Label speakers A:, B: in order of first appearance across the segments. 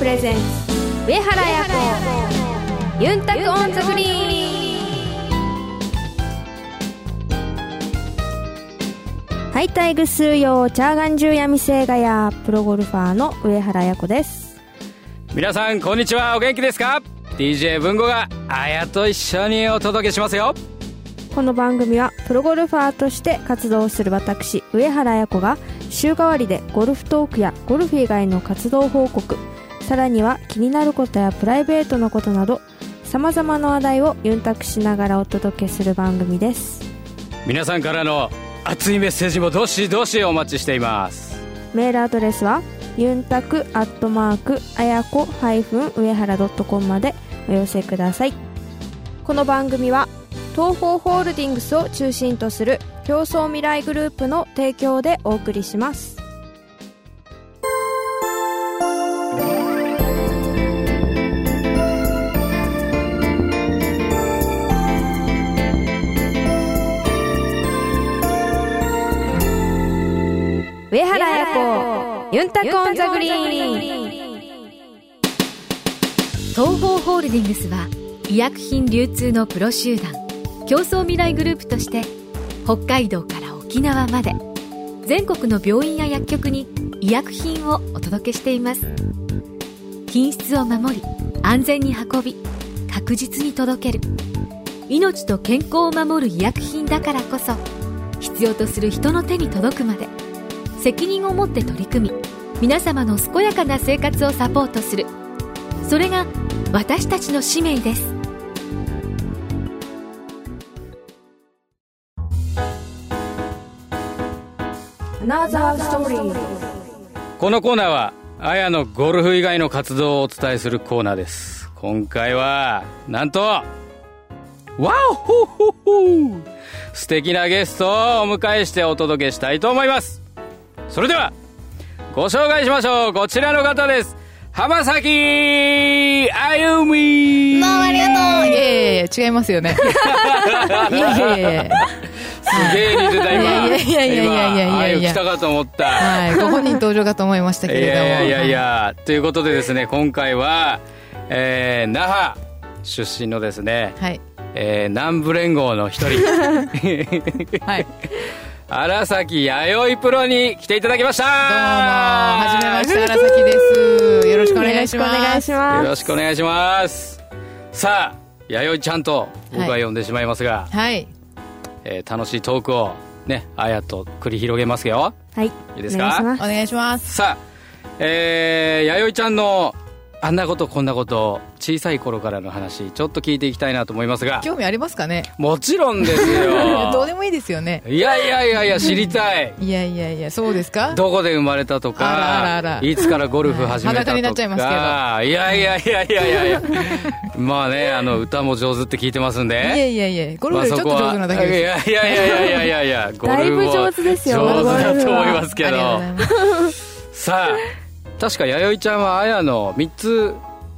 A: レゼンツ上原彩子ユンタクオンザフリーはいタイグスーヨーチャーガンジュウヤミセイガヤプロゴルファーの上原彩子です
B: 皆さんこんにちはお元気ですか DJ 文吾があやと一緒にお届けしますよ
A: この番組はプロゴルファーとして活動する私上原彩子が週替わりでゴルフトークやゴルフ以外の活動報告さらには気になることやプライベートのことなどさまざまな話題をユンタクしながらお届けする番組です
B: 皆さんからの熱いメッセージもどしどしお待ちしています
A: メールアドレスはユンタクアットマークあやこ上原 .com までお寄せくださいこの番組は東方ホールディングスを中心とする競争未来グループの提供でお送りします上原彩子ユンタコンザグリーン
C: 東方ホールディングスは医薬品流通のプロ集団競争未来グループとして北海道から沖縄まで全国の病院や薬局に医薬品をお届けしています品質を守り安全に運び確実に届ける命と健康を守る医薬品だからこそ必要とする人の手に届くまで責任を持って取り組み皆様の健やかな生活をサポートするそれが私たちの使命です
A: ナザーストーリー
B: このコーナーはあやのゴルフ以外の活動をお伝えするコーナーです今回はなんとわおほっほっほ素敵なゲストをお迎えしてお届けしたいと思いますそれではご紹介しましょうこちらの方です浜崎あゆみ
D: どうもありがとういやいやいや違います よねいやいやいやいや
B: すげえ似てた今
D: いやいやいやいやいやいやいや
B: 今あゆ来たかと思った、
D: はいご本人登場かと思いましたけ
B: い
D: れども
B: やいやいやいや、ということでですね、今回は、えー那覇出身のですね、
D: はい
B: えー南部連合の 一人、
D: はい
B: 荒崎弥生プロに来ていただきました。どうも、
D: どうもはじめまして荒崎ですよろしくお願いします
A: よろくお願いし
B: よ
A: ま
B: ろ
A: す
B: しくお願いします。さあ、弥生ちゃんと僕は呼んでしまいますが、
D: はい
B: えー楽しいトークをね、あやと繰り広げますよ。
A: はい
B: いいですか
A: お願しま
D: お願いします
B: さあ、えー、弥生ちゃんのあんなことこんなこと小さい頃からの話ちょっと聞いていきたいなと思いますが
D: 興味ありますかね
B: もちろんです
D: どうで
B: よ
D: もいいですよね
B: いやいやいやいや知りたい
D: いやいやいやそうですか
B: どこで生まれたとか
D: あらあらあら
B: いつからゴルフ始めたとか
D: 裸になっちゃいますけど
B: いやいやいやいやいやいやまあねあの歌も上手って聞いてますん
D: いや
B: で
D: いやいやゴル
B: ま
D: フ
B: あ
D: より
B: そ
D: ちょっ
B: ことは
D: 上手なだけです
B: いやいやいやいやいやい やゴルフを
A: だいぶ上手ですよ
B: 上手だと思いますけ
D: ありがとうご
B: ど
D: ざいます
B: さあ確か弥生ちゃんは綾の3つ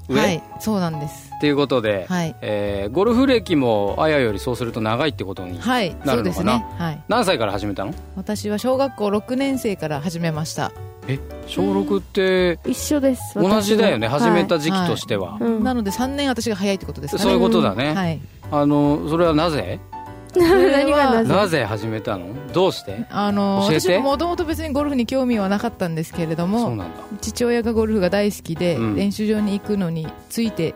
B: 上、
D: はいそうなんです
B: っていうことで、
D: はい
B: えーゴルフ歴も綾よりそうすると長いってことに、
D: はい
B: な
D: そ
B: る
D: うで
B: のか
D: す
B: な
D: ねはい
B: 何歳から始めたの
D: 私は小学校6年生から始めました
B: え小6って
A: 一緒です
B: 同じだよね
A: 私
B: 始
A: も
B: めた時期としては、
A: うん
D: なので3年私が早いってことですかね
B: そういうことだね、
D: はい
B: あのそれはなぜ
A: 何がなぜ
B: なぜ始めたのどうして
D: あの
B: 教えて
D: 私ももともと別にゴルフに興味はなかったんですけれど
B: そう
D: も
B: なんだ
D: 父親がゴルフが大好きで、
B: うん
D: 練習場に行くのについて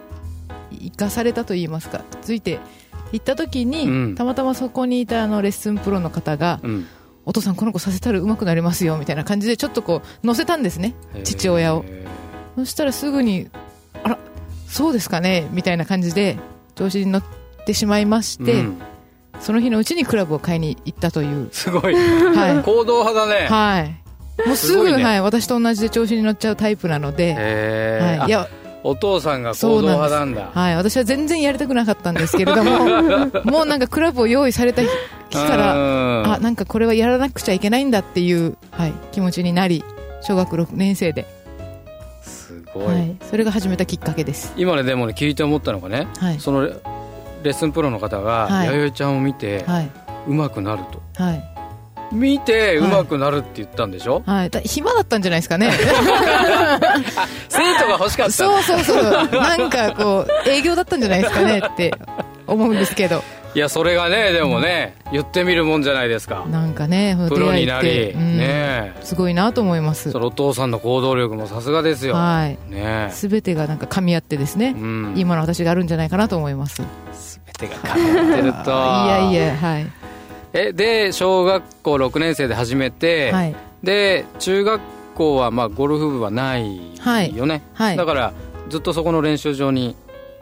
D: 行かされたと言いますかついて行った時に、
B: うん
D: たまたまそこにいたあのレッスンプロの方が、
B: うん
D: お父さんこの子させたら上手くなりますよみたいな感じでちょっとこう乗せたんですね父親を
B: へ
D: そしたらすぐにあらそうですかねみたいな感じで調子に乗ってしまいまし
B: ー
D: て、
B: うん、
D: その日のうちにクラブを買いに行ったという
B: すごい
D: はい、
B: 行動派だね、
D: はい。もうすぐ
B: すごいね
D: はい、私と同じで調子に乗っちゃうタイプなので、
B: へー
D: はい、い
B: あ
D: や、
B: お父さんが行動派なんだ
D: はい、私は全然やりたくなかったんですけ れども、もうなんかクラブを用意された日から、
B: ら
D: あ、なんかこれはやらなくちゃいけないんだっていう、はい、気持ちになり、小学6年生で、
B: すごい、
D: はい、それが始めたきっかけです。
B: 今ねでもね聞いて思ったのがね、
D: はい、
B: そのレレッスンプロの方が
D: はい
B: 弥生ちゃんを見て
D: はい、
B: うまくなると
D: はい、
B: 見て
D: は
B: 上
D: い
B: 手くなるって言ったんでしょ、
D: はい、だ暇だったんじゃないです かね
B: 生徒が欲しかったんだ
D: そうそうそうなんかこう営業だったんじゃないですかねって思うんですけど
B: いやそれがねでもね、言ってみるもんじゃないですか
D: なんかねこの
B: プロに
D: 出
B: な
D: 会いっ
B: り、
D: て、うん
B: ね
D: すごいなと思いま
B: え
D: す
B: そのお父さんの行動力もさすがですよ、
D: はい
B: ね
D: 全てがなんか噛み合ってです
B: え、
D: ね
B: う、ん、
D: 今の私があるんじゃないかなと思いますい
B: 手がかかってる と
D: やいやはい、
B: えで小学校6年生で始めて、
D: はい
B: で中学校はまあゴルフ部はないよね、
D: はい
B: だからずっとそこの練習場に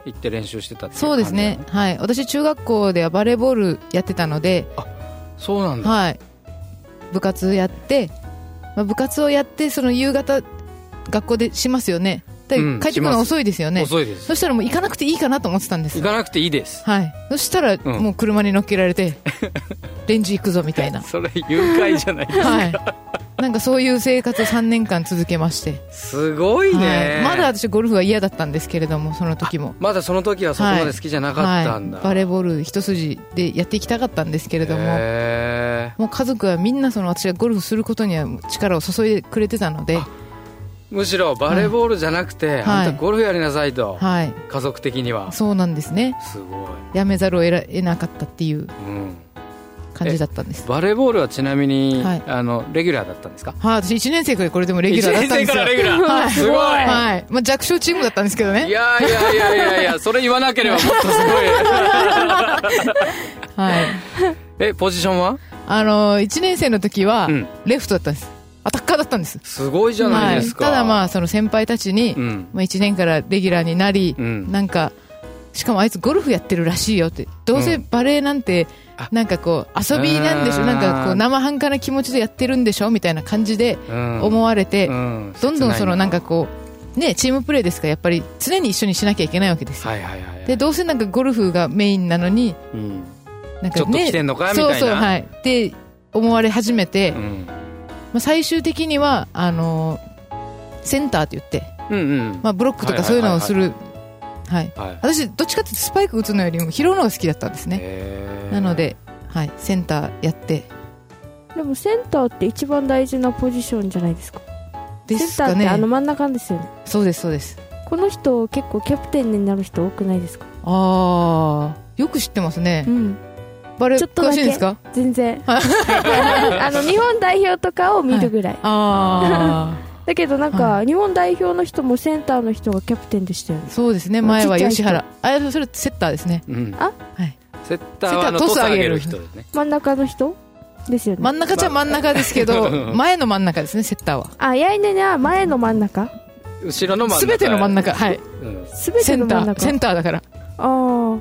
B: 行って練習してたっていう
D: そうですね
B: 感じだ
D: はい私中学校ではバレーボールやってたので、
B: そうなんだ、
D: はい、部活やって、まあ、部活をやってその夕方学校でしますよねで
B: うん
D: 帰ってくるの遅いですよね、
B: 遅いです
D: そしたらもう行かなくていいかなと思ってたんです
B: 行かなくていいです
D: はい、そしたら
B: ん
D: もう車に乗っけられ て、レンジ行くぞみたいな
B: それ誘拐じゃない
D: はいなんかそういう生活を3年間続けまして
B: すごいね、
D: はいまだ私ゴルフは嫌だったんですけれどもその時も
B: まだその時はそこまで好きじゃなかったんだ、
D: はい、バレーボール一筋でやっていきたかったんですけれども、
B: へ
D: もう家族はみんなその私がゴルフすることには力を注いでくれてたので、
B: えむしろバレーボールじゃなくて、
D: はい
B: あんたゴルフやりなさいと、
D: はい、
B: 家族的には
D: そうなんですね
B: すごい、
D: やめざるを得ら得なかったっていう
B: うん、
D: 感じだったんです
B: バレーボールはちなみに、
D: はい
B: あのレギュラーだったんですか
D: はい、私1年生からこれでもレギュラーだったんですよ
B: 1年生からレギュラー
D: はい、
B: すごい
D: はいまあ、弱小チームだったんですけど
B: い
D: ね、
B: やいやいやいやいや、それ言わなければもっとすごい。
D: はい、
B: え、ポジションは
D: あの1年生の時は
B: うん
D: レフトだったんですアタッカーだったんです
B: すごいじゃないですか。
D: はい、ただまあその先輩たちに、
B: うん
D: まあ、1年からレギュラーになり、
B: うん
D: なんかしかもあいつゴルフやってるらしいよってどうせバレーなんて、なんかこう遊びなんでし
B: う
D: ょ
B: ん
D: なんかこう生半可な気持ちでやってるんでしょみたいな感じで
B: うん
D: 思われて、
B: うん
D: どんどんそのなんか
B: 切
D: こうねチームプレーですからやっぱり常に一緒にしなきゃいけないわけですよ、
B: ないなはいはいはいはい。
D: でどうせなんかゴルフがメインなのに
B: うん
D: なん
B: ち
D: か
B: ょっと
D: ね
B: 来てんのかみたい
D: そう
B: な。
D: そうはいで思われ始めて、
B: うん
D: まあ、最終的にはあのーセンターって言って、
B: うんうん。
D: まあ、ブロックとかそういうのをするはい
B: はい。
D: 私どっちかっていうとスパイク打つのよりも拾うのが好きだったんですね
B: へー
D: なの。で、はい、センターやって
A: でもセンターって一番大事なポジションじゃないですか
D: ですか
A: センターって
D: ね
A: あの真ん中ですよね
D: そうですそうです
A: この人結構キャプテンになる人多くないですか
D: ああよく知ってますね
A: うん
D: バレ
A: ちょ
D: ー
A: っとだ
D: 詳
A: け
D: しいんですか
A: 全 然 あの日本代表とかを見るぐらい、
D: あ
A: だけどなんか、日本代表の人もセンターの人がキャプテンでしたよね
D: あそうですね前は吉原あそれセッターですね
B: うん。
A: あ
D: はい
B: セッターはあの
D: セッター
B: トス上げる
D: トス
B: 人
D: 上
B: ですね。
A: 真ん中の人ですよね、
D: 真ん中じゃ真ん中ですけ ど前の真ん中ですねセッターは
A: あやいねねは前の真ん中
B: 後ろの真ん中。
D: 全ての真ん中はい
B: うん。
A: すべ
D: セ
A: ての真
D: ンタ
A: ん
D: ー
A: 中
D: センターだから
A: ああ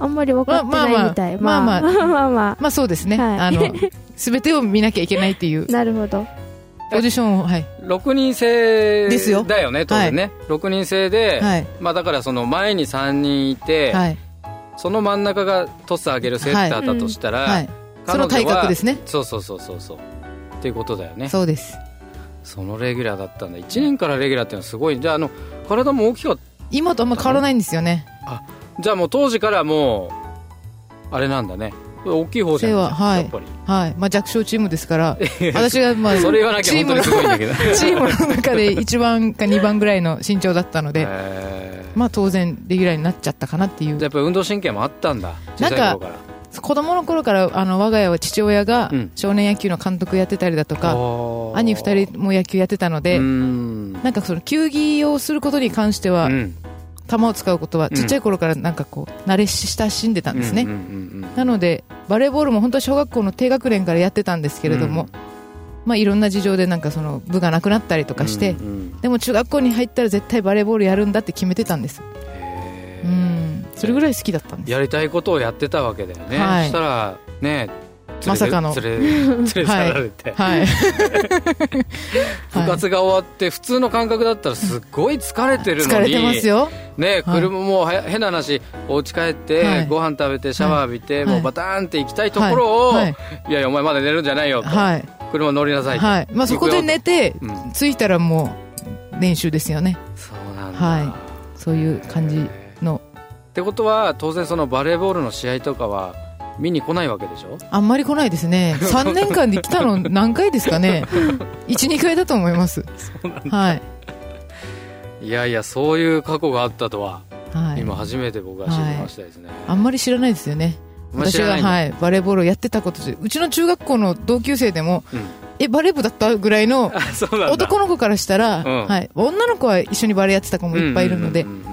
A: あんまり分かってないみたい、
D: まあまあまあ
A: まあまあま
D: まあそうですね、
A: はい
D: あの全てを見なきゃいけないっていう
A: あなるほど
D: ポジションをはい、
B: 6人制
D: ですよ
B: だよね、当然ね。6人制で、
D: はい
B: まあだからその前に3人いて、
D: はい
B: その真ん中がトス上げるセッターだとしたら、
D: はい、その
B: 彼
D: 体
B: 女は
D: 格ですね
B: そうそうそうそうそうっていうことだよねそ
D: そうです
B: のレギュラーだったんだ1年からレギュラーっていうのはすごいじゃああの体も大きかった
D: 今とあんま変わらないんですよね
B: じゃあもう当時からもうあれなんだね大きい方じゃ
D: 背
B: ない
D: ははい
B: やっぱり
D: はい、まあ、弱小チームですから私がまあ
B: それ言わなきゃ
D: チー
B: 本当にす
D: ムの
B: ごいんだけど
D: チームの中で1番か2番ぐらいの身長だったので、
B: えー
D: まあ、当然レギュラーになっちゃったかなってい
B: じゃあや
D: う
B: っぱり運動神経もあったんだ小さい頃から
D: 子供の頃からあの我が家は父親が
B: うん
D: 少年野球の監督やってたりだとか、兄2人も野球やってたので、
B: うん
D: なんかその球技をすることに関しては、
B: うん
D: 球を使うことは
B: うん
D: ちっちゃい頃からなんかこう慣れ親しんでたんですね、
B: うんうんうん
D: なのでバレーボールも本当は小学校の低学年からやってたんですけれども、
B: うん
D: まあ、いろんな事情でなんかその部がなくなったりとかして、
B: うんうん
D: でも中学校に入ったら絶対バレーボールやるんだって決めてたんです、
B: へ
D: う
B: ー
D: ん、それぐらい好きだったんです
B: やりたいことをやってたわけだよね、
D: はい
B: そしたらね連れて
D: まさかの
B: 連れ 連れ去
D: はい
B: られて、
D: はい
B: 部活が終わって普通の感覚だったらすっごい疲れてるのに
D: 疲れてますよ
B: ね、車もはや変な話お家帰って、
D: はい
B: ご飯食べてシャワー浴びて、
D: はい
B: もうバターンって行きたいところを、
D: はい
B: い
D: はい
B: やいやお前まだ寝るんじゃないよと、
D: はい、
B: 車乗りなさいと、
D: はいまあ、そこで寝て
B: うん
D: 着いたらもう練習ですよね
B: そうなんだ、
D: はそういう感じの
B: ってことは当然そのバレーボールの試合とかは見に来ないわけでしょ
D: あんまり来ないで すね。3年間で来たの何回ですかね。1、2回だと思います。はい。
B: いやいやそういう過去があったとは、
D: はい。
B: 今初めて僕は知りましたですね、
D: あんまり知らないですよね。
B: あんまり知
D: 私
B: らな
D: が、
B: いんだ
D: はい、バレーボールをやってたことで、うちの中学校の同級生でも、
B: うん
D: え、バレー部だったぐらいの
B: あ そうなんだ
D: 男の子からしたら、
B: うん
D: はい、女の子は一緒にバレーやってた子もいっぱいいるので、
B: うんうんうんうん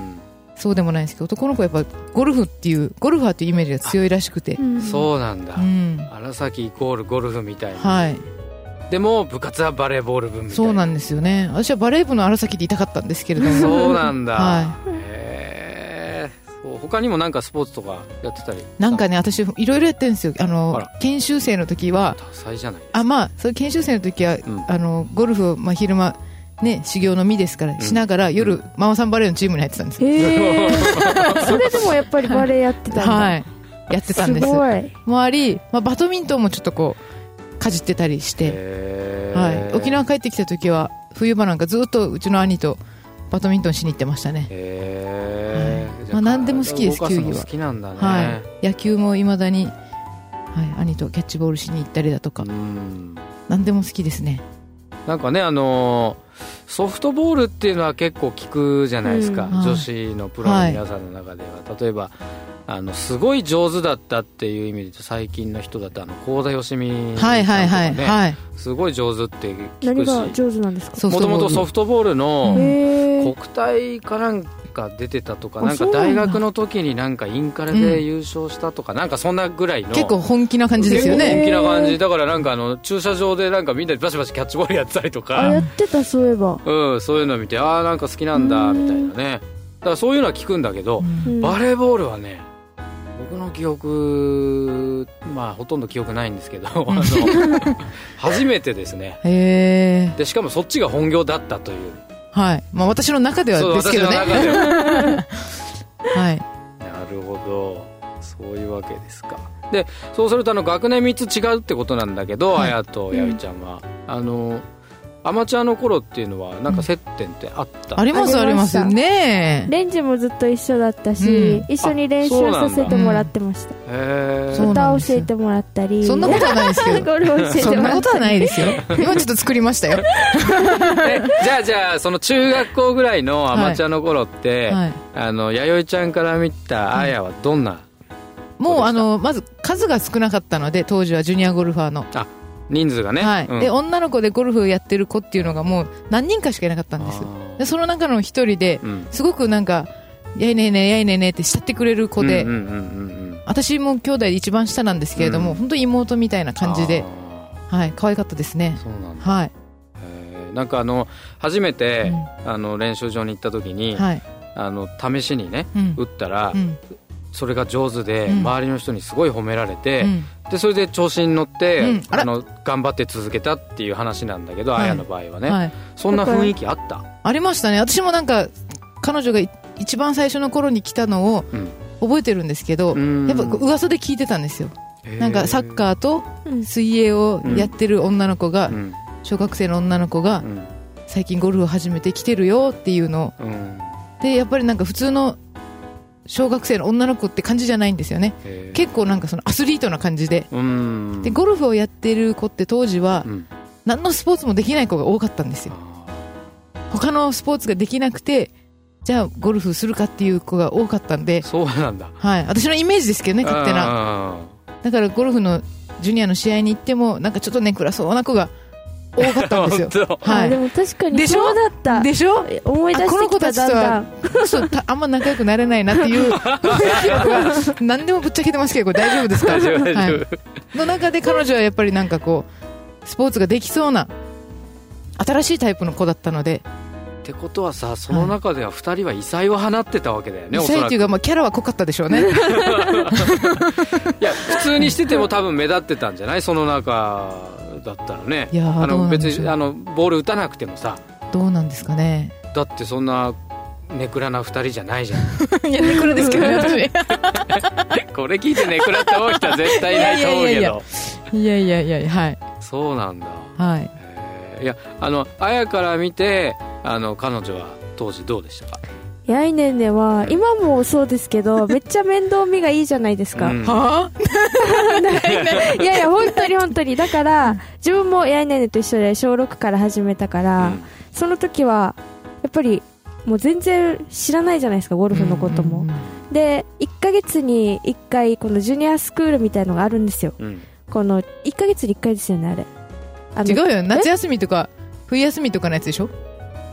D: そうでもないんですけど、男の子はやっぱゴルフっていう、ゴルファーというイメージが強いらしくて、
A: ん
B: そうなんだ、
D: うん。
B: 荒崎イコールゴルフみたいな、
D: はい。
B: でも部活はバレーボール部みたいな
D: そうなんですよね。私はバレー部の荒崎でいたかったんですけれども。
B: そうなんだ、
D: は
B: へえそう他にもなんかスポーツとかやってたり
D: なんかね、私、いろいろやってるんですよ。あの
B: あら、
D: 研修生の時は、
B: 多彩じゃない
D: あ、まあ、それ研修生の時は、
B: ん
D: あの、ゴルフを、まあ、昼間、ね、修行の身ですから、しながら、夜、ママさんバレーのチームに入ってたんですよ。
A: えー、 それでもやっぱりバレエやってたんだ、
D: はい。やってたんです。
A: すごい
D: もあり、まあ、バドミントンもちょっとこう、かじってたりして、
B: へえ
D: はい。沖縄帰ってきた時は、冬場なんかずっとうちの兄とバドミントンしに行ってましたね。
B: へえ、
D: はい
B: じゃ
D: まあ何でも好きです
B: 体を動か
D: 球技
B: すの
D: は
B: 好きなんだね、
D: はい。野球も未だに、はい、兄とキャッチボールしに行ったりだとか
B: う、ん
D: 何でも好きですね。
B: なんかねあのーソフトボールっていうのは結構聞くじゃないですか、
A: うん
D: はい
B: 女子のプロの皆さんの中では、例えばあのすごい上手だったっていう意味で言うと最近の人だとあの幸田芳美さ
D: は
B: ん
D: い
B: とか
D: は
B: ね、
D: いはい、はい。
B: すごい上手って聞
A: 何が
B: くし
A: 上手なんですか
D: ソフ
B: も
D: ト
B: と
D: ボー
B: もと
D: ル
B: ソフトボール
D: ト
B: の
A: へ
B: 国
A: ー
B: 体かなんか出てたとか
A: あ
B: なんか
A: そうなんだ
B: 大学の時になんかインカレで優勝したとか、なんかそんなぐらいの
D: 結構本気な感じですよ
B: 結構
D: ね。
B: 本気な感じだからなんかあの駐車場でなんかみんなでバシバシキャッチボールやってたりと
A: あ
B: か
A: やってたそういえば
B: うん、そういうの見てああなんか好きなんだ
A: うん
B: みたいなねだからそういうのは聞くんだけど、
A: うん
B: バレーボールはね僕の記憶まあほとんど記憶ないんです けどあの初めてですね
D: へえ。
B: でしかもそっちが本業だったという
D: はい。まあ私の中では
B: そう
D: ですけ
B: 私
D: ど
B: の
D: ね。
B: 中では
D: はい。
B: なるほどそういうわけですかでそうするとあの学年3つ違うってことなんだけど、
D: はい
B: あやとやいちゃんは、あのアマチュアの頃っていうのはなんか接点ってあった、
D: ありますあ
A: あ
D: り
A: り
D: ま
A: まし
D: す
A: た
D: ね
A: レンジもずっと一緒だったし、
D: うん
A: 一緒に練習させてもらってました、
B: へー
D: そうなんだ
A: 歌を教えてもらったり
D: そんなことはないですけど。
A: ゴルフ教え
D: そ
A: て
D: ん
A: も
D: な
A: ら
D: こ
A: っ
D: と
A: た
D: はないですよ。今ちょっと作りましたよ。
B: えじゃあじゃあその中学校ぐらいのアマチュアの頃って、
D: はい。
B: あの弥生ちゃんから見たあやはどんな、
D: もうあの、まず数が少なかったので、当時はジュニアゴルファーの。
B: 人数がね、
D: はい、
B: うん
D: で女の子でゴルフやってる子っていうのがもう何人かしかいなかったんです
B: あー
D: でその中の一人で
B: うん
D: すごくなんか「やいねえねえやいねえねえ」って慕ってくれる子で、
B: うんうんうんうんうん
D: 私も兄弟で一番下なんですけれども、
B: うん
D: 本当に妹みたいな感じで、
B: あ
D: はい、可愛かったですね
B: ーそうなんだ、
D: はい、
B: へーなんかあの初めて、あの練習場に行った時に、
D: はい、
B: あの試しにね
D: うん
B: 打ったら、
D: うん
B: それが上手で、
D: うん
B: 周りの人にすごい褒められて、
D: うん
B: でそれで調子に乗って、
D: うんあら
B: あの頑張って続けたっていう話なんだけど、
D: はい
B: あやの場合はね、
D: はい、
B: そんな雰囲気あった
D: ありましたね私もなんか彼女がい一番最初の頃に来たのを
B: うん
D: 覚えてるんですけど、
B: うん
D: やっぱこう噂で聞いてたんですよ、なんかサッ
B: ー、
D: カーと
A: うん
D: 水泳をやってる女の子が、
B: うん
D: 小学生の女の子が
B: うん
D: 最近ゴルフを始めてきてるよっていうの
B: うん
D: でやっぱりなんか普通の小学生の女の子って感じじゃないんですよね
B: へー
D: 結構なんかそのアスリートな感じで
B: うん
D: でゴルフをやってる子って当時は
B: うん
D: 何のスポーツもできない子が多かったんですよ
B: あ
D: 他のスポーツができなくてじゃあゴルフするかっていう子が多かったんで
B: ー、そうなんだ
D: はい、私のイメージですけどね勝手な
B: な
D: だからゴルフのジュニアの試合に行ってもなんかちょっとね暗そうな子が多かったん ですよは
A: あで
D: い
A: も確か
D: で
A: に
D: しょ
A: そうだった
D: でしょ
A: 思い出してきただんだん
D: そうたあんま仲良くなれないなって いう記憶が何でもぶっちゃけてますけどこれ大丈夫ですか
B: 大丈夫大丈夫、
D: はの中で彼女はやっぱりなんかこうスポーツができそうな新しいタイプの子だったので
B: ってことはさその中では2人は異彩を放ってたわけだよね、
D: 異
B: おそ
D: 彩
B: ら
D: っ
B: く
D: ていうか、まあ、キャラは濃かったでしょうね
B: いや普通にしてても多分目立ってたんじゃないその中だったらね
D: いやー
B: あ
D: どうな
B: の
D: んで
B: 別
D: しょう
B: にあのボール打たなくてもさ
D: どうなんですかね
B: だってそんなネクラな2人じゃないじゃん
D: いやってくるんですけどね私
B: これ聞いてネクラって思う人は絶対いないと思うけど
D: いやいやいやい いやいやいやいやはい
B: そうなんだ
D: はい
B: へーいやあのあやから見てあの彼女は当時どうでしたか
A: やいねんねは今もそうですけどめっちゃ面倒見がいいじゃないですか、
B: うん
D: はあ
A: いやいや本当に本当にだから自分もやいねんねと一緒で小6から始めたから、
B: うん
A: その時はやっぱりもう全然知らないじゃないですかゴルフのことも、で1ヶ月に1回このジュニアスクールみたいのがあるんですよ
B: うん
A: この1ヶ月に1回ですよねあれあの
D: 違うよ夏休みとか冬休みとかのやつでしょ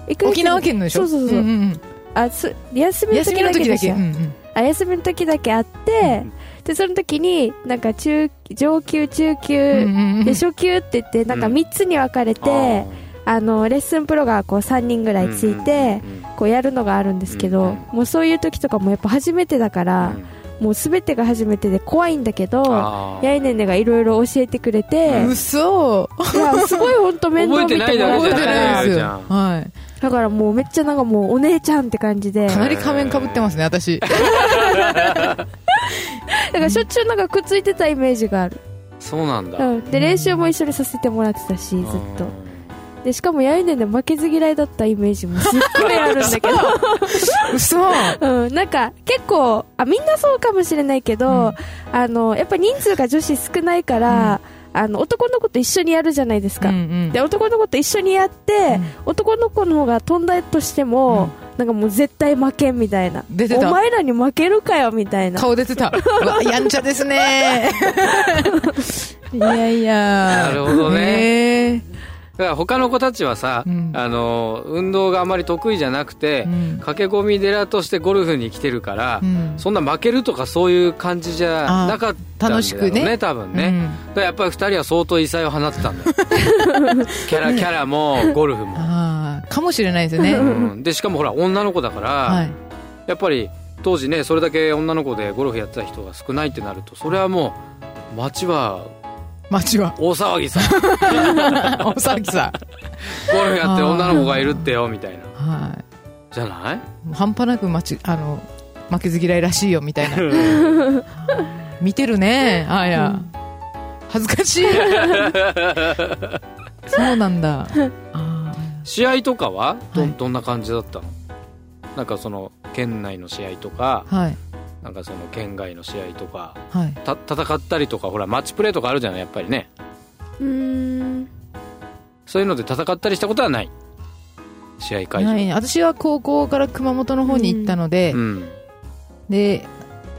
A: 一ヶ月に
D: 沖縄県のでしょ
A: そうそうそう、
D: んん
A: あす休
D: うん
A: みの
D: 休み
A: 時
D: の
A: だけ
D: 時
A: で
D: だ
A: す
D: け
A: よ
D: うんうん
A: あ休みの時だけあって、でその時になんか中上級中級、
D: うんうんうん
A: で初級って言ってなんか3つに分かれて、あのレッスンプロがこう3人ぐ
B: あ
A: ら
B: ー
A: いついて、
B: うんうん
A: こうやるのがあるんですけど、
B: うんうん
A: もうそういう時とかもやっぱ初めてだか
B: う
A: ら、
B: ん
A: もう全てが初めてで怖いんだけど
B: あー
A: やいねんねがいろいろ教えてくれて、
B: う
A: い
D: 嘘そ
A: やすごい本当面倒見てもらっ
D: 覚
A: た
D: え
B: 覚
A: か
D: て
B: え
D: な
A: ら
D: いです
B: じ
D: よ
B: ゃん
D: は
A: だからもうめっちゃなんかもうお姉ちゃんって感じで
D: いか
A: だ
D: なり仮面かぶってますね私
A: からしょっちゅうなんかくっついてたイメージがある、
B: そうなんだ、
A: うん、で練習も一緒にさせてもらってたしずっとでしかもやいねんで負けず嫌いだったイメージもすっごいあるんだけ ど
D: 嘘
A: うん、なんか結構あみんなそうかもしれないけど、
D: うん
A: あのやっぱ人数が女子少ないから、あの男の子と一緒にやるじゃないですか、
D: うんうん
A: で男の子と一緒にやって、男の子の方が飛んだとしても、なんかもう絶対負けんみたいな
D: 出てた
A: お前らに負けるかよみたいな
D: 顔出てた。うわ、やんちゃで すね。いやいや。な
B: るほどね
D: ね
B: だから他の子たちはさ、
D: うん
B: あの運動があまり得意じゃなくて、
D: うん
B: 駆け込み寺としてゴルフに来てるから、
D: うん
B: そんな負けるとかそういう感じじゃなかったんだろう
D: あー楽しくね
B: 多分ね、だからやっぱり二人は相当異彩を放ってた んだよキャラキャラもゴルフ
D: うん
B: も、
D: ああ、かもしれないですね。
B: うんでしかもほら女の子だから、
D: はい。
B: やっぱり当時ねそれだけ女の子でゴルフやってた人が少ないってなるとそれはもう街は
D: 街は。
B: 大騒 ぎさ
D: おさきさ。
B: ゴルフやってる女の子がいるってよみたいなん
D: は
B: じゃない
D: い。もう半端なく街、あの、負けず嫌いらしいよ、みたいな。 見てるね、あーや。恥ずか しい。そうなんだ。あ
B: 試合とかはど
D: はい
B: どんな感じだったの、なんかその県内の試合とか
D: ーはい。
B: なんかその県外の試合とか
D: はい。
B: た戦ったりとかほらマッチプレーとかあるじゃないやっぱりね
A: うーん
B: そういうので戦ったりしたことはない試合会場、
D: はい、私は高校から熊本の方に行ったので、
B: うん
D: で、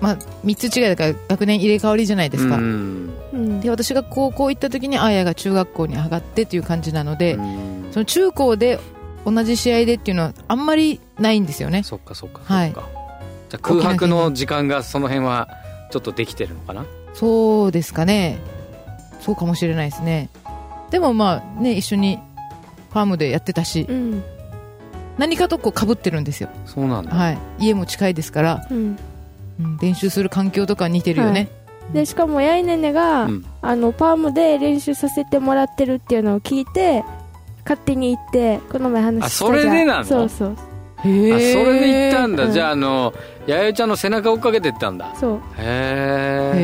D: まあ、3つ違いだから学年入れ替わりじゃないですか、
B: うん
A: うん
D: で私が高校行った時にあーやが中学校に上がってっていう感じなので、
B: うん
D: その中高で同じ試合でっていうのはあんまりないんですよね
B: そっかそっかそっか、
D: はい
B: じゃあ空白の時間がその辺はちょっとできてるのかな
D: そうですかねそうかもしれないですねでもまあね一緒にファームでやってたし
A: うん
D: 何かとこうかぶってるんですよ、
B: そうなんだ、
D: はい、家も近いですから、
A: うん
D: うん練習する環境とか似てるよね、
A: でしかもやいねんねが、
B: うん
A: あのパームで練習させてもらってるっていうのを聞いて勝手に行ってこの前話したじゃん
B: あそれでなの
A: そうそう
D: へー
B: あそれで行ったんだ、
A: うん
B: じゃああの弥生ちゃんの背中追っかけてったんだ
A: そう
B: へえ
D: へ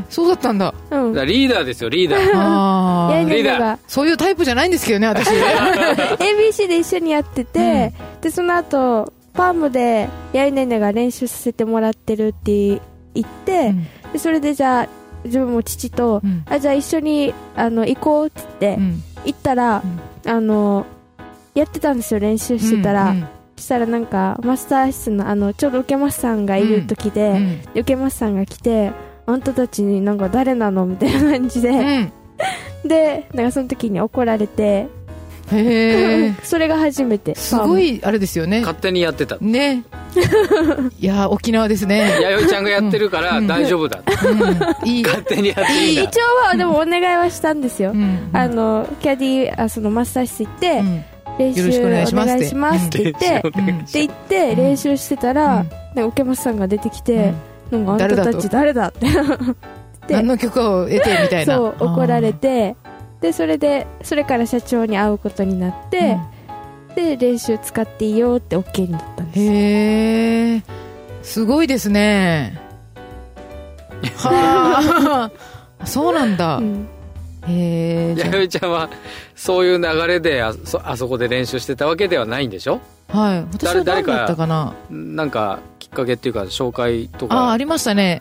D: えそうだった んだ
A: うん
B: リーダーですよリーダー
D: あ
A: やい
D: ー
A: ねんねが
D: そういうタイプじゃないんですけどね私
A: ABC で一緒にやってて、でその後パームでやいねんねが練習させてもらってるって言って、でそれでじゃあ自分も父と、
D: うん
A: あじゃあ一緒にあの行こうって言って、
D: ん、
A: 行ったら、あのやってたんですよ練習してたら、
D: うん
A: そしたらなんかマスター室のあのちょうど受けマスさんがいる時で、
D: うんう
A: で
D: ん
A: 受けマスさんが来てあんたたちになんか誰なのみたいな感じで、でなんかその時に怒られて、
D: うんへ え
A: それが初めて
D: すごいあれですよね
B: 勝手にやってた
D: ねいやー沖縄ですね、
B: 弥生ちゃんがやってるから大丈夫だ、
D: うんいい、
B: 勝手にやっていいんだ
A: 一応はでもお願いはしたんですよ、
D: うん
A: あのキャディーあそのマッサージ室行って、
D: うん
A: 練習
D: よろしくお願いしますって
A: お願いしますって言って、
B: う
A: っ
B: ん
D: う
A: て
D: ん
A: 言って練習してたら、
D: うん
A: なんか受松さんが出てきて、なんかあん
D: 誰だ
A: た
D: と
A: たち誰だってで
D: 何の許可を得てみたいな
A: そう怒られ
D: て、
A: てでそれでそれから社長に会うことになって、で練習使っていいよって OK になったん
D: うん
A: です
D: へえすごいですねはあそうなんだ、
A: うん
D: へえじゃ
B: 弥生ちゃんはそういう流れであそあそこで練習してたわけではないんでしょ
D: あはい私は
B: 誰
D: 何
B: か
D: だったかな
B: なんかきっかけっていうか紹介と
D: ああー
B: か
D: ありましたね、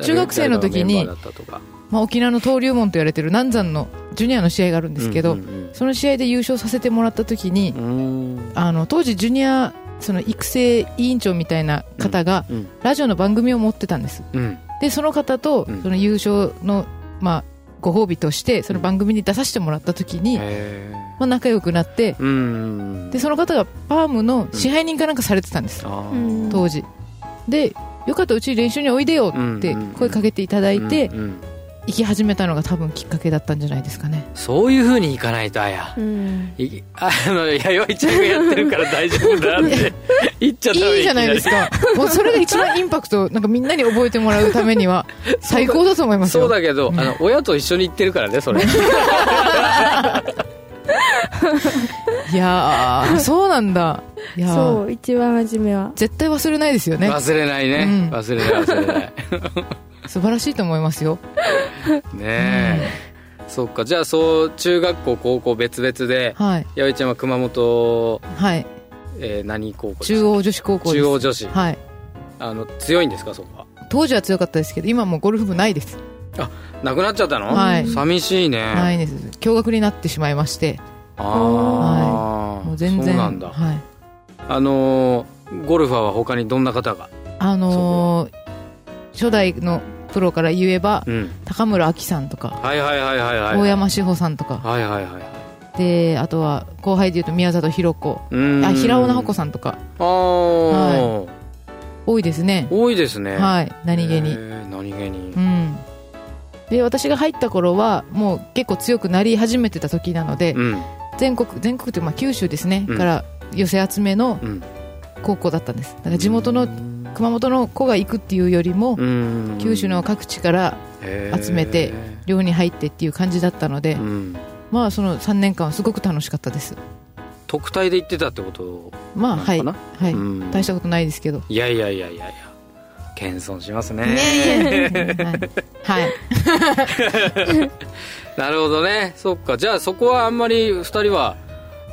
D: 中学生の時に
B: 誰かのメンバーだったとか
D: まあ、沖縄の登竜門と言われてる南山のジュニアの試合があるんですけど、
B: うんうん
D: その試合で優勝させてもらった時に、
B: うんうーん
D: あの当時ジュニアその育成委員長みたいな方が、
B: うん
D: ラジオの番組を持ってたんです
B: うん
D: でその方と、
B: うん
D: その優勝の、まあ、ご褒美としてその番組に出させてもらった時に、ま
B: へー
D: あ、仲良くなって
B: うん
D: でその方がパームの支配人かなんかされてたんです、
B: あ
A: うん
D: 当時でよかったらうちに練習においでよって
B: うんうんうん
D: 声かけていただ
B: ー
D: いて、
B: うんうん
D: 行き始めたのが多分きっかけだったんじゃないですかね
B: そういうふうにいかないとあや
A: うん
B: いあの弥生ちゃんがやってるから大丈夫だって 言っちゃった
D: いいじゃないですか もうそれが一番インパクトなんかみんなに覚えてもらうために は最高だと思います
B: そ
D: よ
B: うだけど、あの親と一緒に行ってるからねそれ
D: いやーそうなんだいやー
A: そう一番初めは
D: 絶対忘れないですよ ね
B: 忘れないね、
D: うん
B: 忘れない忘れない
D: 素晴らしいと思いますよ
B: ねえ、そっかじゃあそう中学校高校別々で
D: はい
B: 弥生ちゃんは熊本、
D: はい
B: えー何高校です
D: 中央女子高校です
B: 中央女子
D: はい
B: あの強いんですかそこは
D: 当時は強かったですけど今もうゴルフ部ないです
B: なくなっちゃったの、
D: はい
B: 寂しいね、
D: ないです驚愕になってしまいまして
B: ああ、
D: もう全
B: そ
D: 然
B: うなんだ、
D: はい
B: あのーゴルファーは他にどんな方が
D: あのー初代のプロから言えば、
B: うん
D: 高村亜紀さんとか、
B: はいはいはいはいはい
D: 大山志保さんとか
B: はいはいはいはい
D: であとは後輩でいうと宮里裕子
B: うーん
D: あ平尾奈穂子さんとか
B: ああ、
D: 多いですね
B: 多いですね
D: はい何気
B: へ
D: に
B: ー何気に
D: うんで私が入った頃はもう結構強くなり始めてた時なので、
B: うん
D: 全国全国というかまあ九州ですね、
B: うん
D: から寄せ集めの
B: うん
D: 高校だったんですだから地元の熊本の子が行くっていうよりも、
B: うん
D: 九州の各地から集めて寮に入ってっていう感じだったので、
B: へーうん
D: まあその3年間はすごく楽しかったです
B: 特待で行ってたってこと
D: ま
B: な
D: あ
B: の
D: はい
B: かな
D: はい、
B: うん
D: 大したことないですけど
B: いやいやいやいやいや謙遜しますね
D: はい、はい
B: なるほどねそっかじゃあそこはあんまり2人は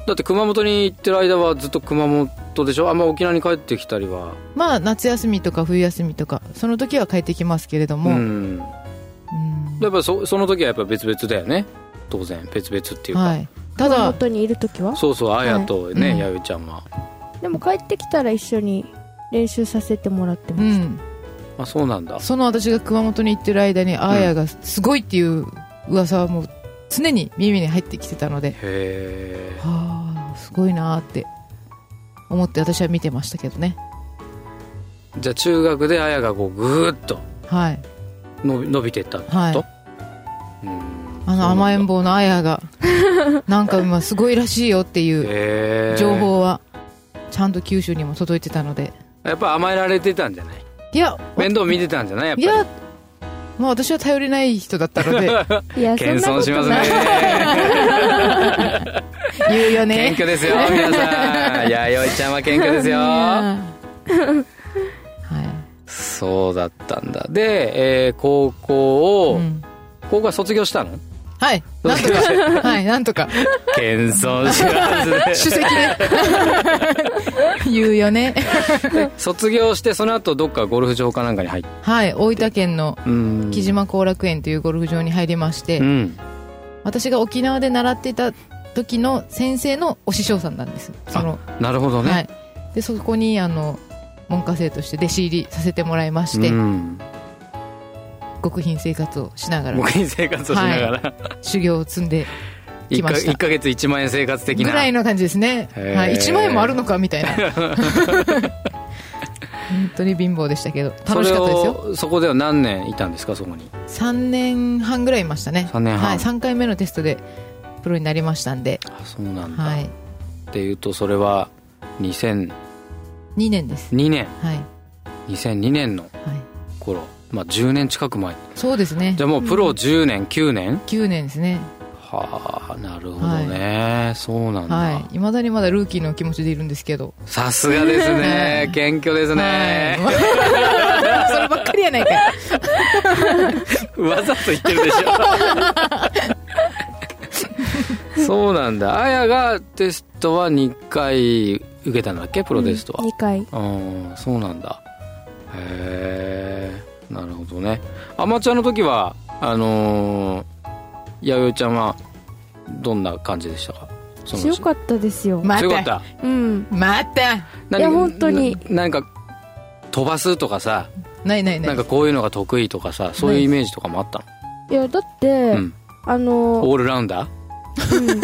B: だって熊本に行ってる間はずっと熊本でしょあんま沖縄に帰ってきたりは
D: まあ夏休みとか冬休みとかその時は帰ってきますけれども、うん
B: んやっぱそその時はやっぱ別々だよね当然別々っていうか、
D: はい、た
A: 熊
D: だ
A: 本にいる時は
B: そうそうあやとね、
D: うん
B: 弥生ちゃんは
A: でも帰ってきたら一緒に練習させてもらってま
D: う
A: し
D: ん
B: あそうなんだ
D: その私が熊本に行ってる間にあーやがすごいっていう噂はもう常に耳に入ってきてたので
B: へ
D: はあすごいなーって思って私は見てましたけどね
B: えじゃあ中学であやがこうぐーっと
D: はい
B: 伸び伸びてったってこと、
D: はい
B: うん
D: あの甘えん坊のあ やがなんか今すごいらしいよっていう
B: へえ
D: 情報はちゃんと九州にも届いてたので
B: やっぱ甘えられてたんじゃない
D: いや
B: 面倒見てたんじゃないやっぱ
D: い
B: り
D: やまあ私は頼りない人だったの で
A: たいやそんな
B: 謙遜
A: こ
B: しま
A: と
B: す
A: ない
B: ね
D: 言うよ
B: 謙
D: ね
B: 虚 ですよ皆さん弥生ちゃんは謙虚です
D: い
B: よ
D: やーは
B: そうだったんだで、えー高校
D: い、
B: を、
D: うん
B: 高校は卒業したの
D: はいなんとかはいなんとか
B: 謙遜しま
D: 首
B: すね
D: 席で言うよね
B: 卒業してその後どっかゴルフ場かなんかに入って
D: はい大分県の
B: うん
D: 木島後楽園というゴルフ場に入りまして、
B: うん
D: 私が沖縄で習っていた時の先生のお師匠さんなんですその
B: なるほどね、
D: はいでそこにあの門下生として弟子入りさせてもらいまして、
B: うん、
D: 極貧生活をしながら
B: 黙秘生活をしながら、
D: 修行を積んで
B: 一
D: 来ました
B: 1か月1万円生活的な
D: ぐらいの感じですね、
B: へー
D: はい、1万円もあるのかみたい な本当に貧乏でしたけど楽しかったですよ
B: それをそこでは何年いたんですかそこに
D: 3年半ぐらいいましたね
B: 三年半
D: はい、3回目のテストでプロになりましたんで、
B: あそうなんだ、
D: はい、
B: っていうとそれは2002
D: 2年です
B: 年
D: はい、はい、
B: 2002年の頃まあ10年近く前
D: そうですね
B: じゃあもうプロ10年、9年
D: 9年ですね
B: はあなるほどね、そうなんだ、
D: はいいまだにまだルーキーの気持ちでいるんですけど
B: さすがですね謙虚ですね、
D: はい そればっかりやないかい
B: わざと言ってるでしょ そうなんだあやがテストは2回受けたんだっけプロテストは、
A: 2回
B: ああそうなんだへえなるほどねアマチュアの時はあのー、弥生ちゃんはどんな感じでしたかその
A: 強かったですよ、
D: ま
B: 強かったた
A: うん
D: また
B: 何
A: いや本当に
B: ななんか飛ばすとかさ
D: ないないな
B: ないんかこういうのが得意とかさそういうイメージとかもあったの
A: いやだって、
B: うん
A: あの
B: オールラウンダー
A: うん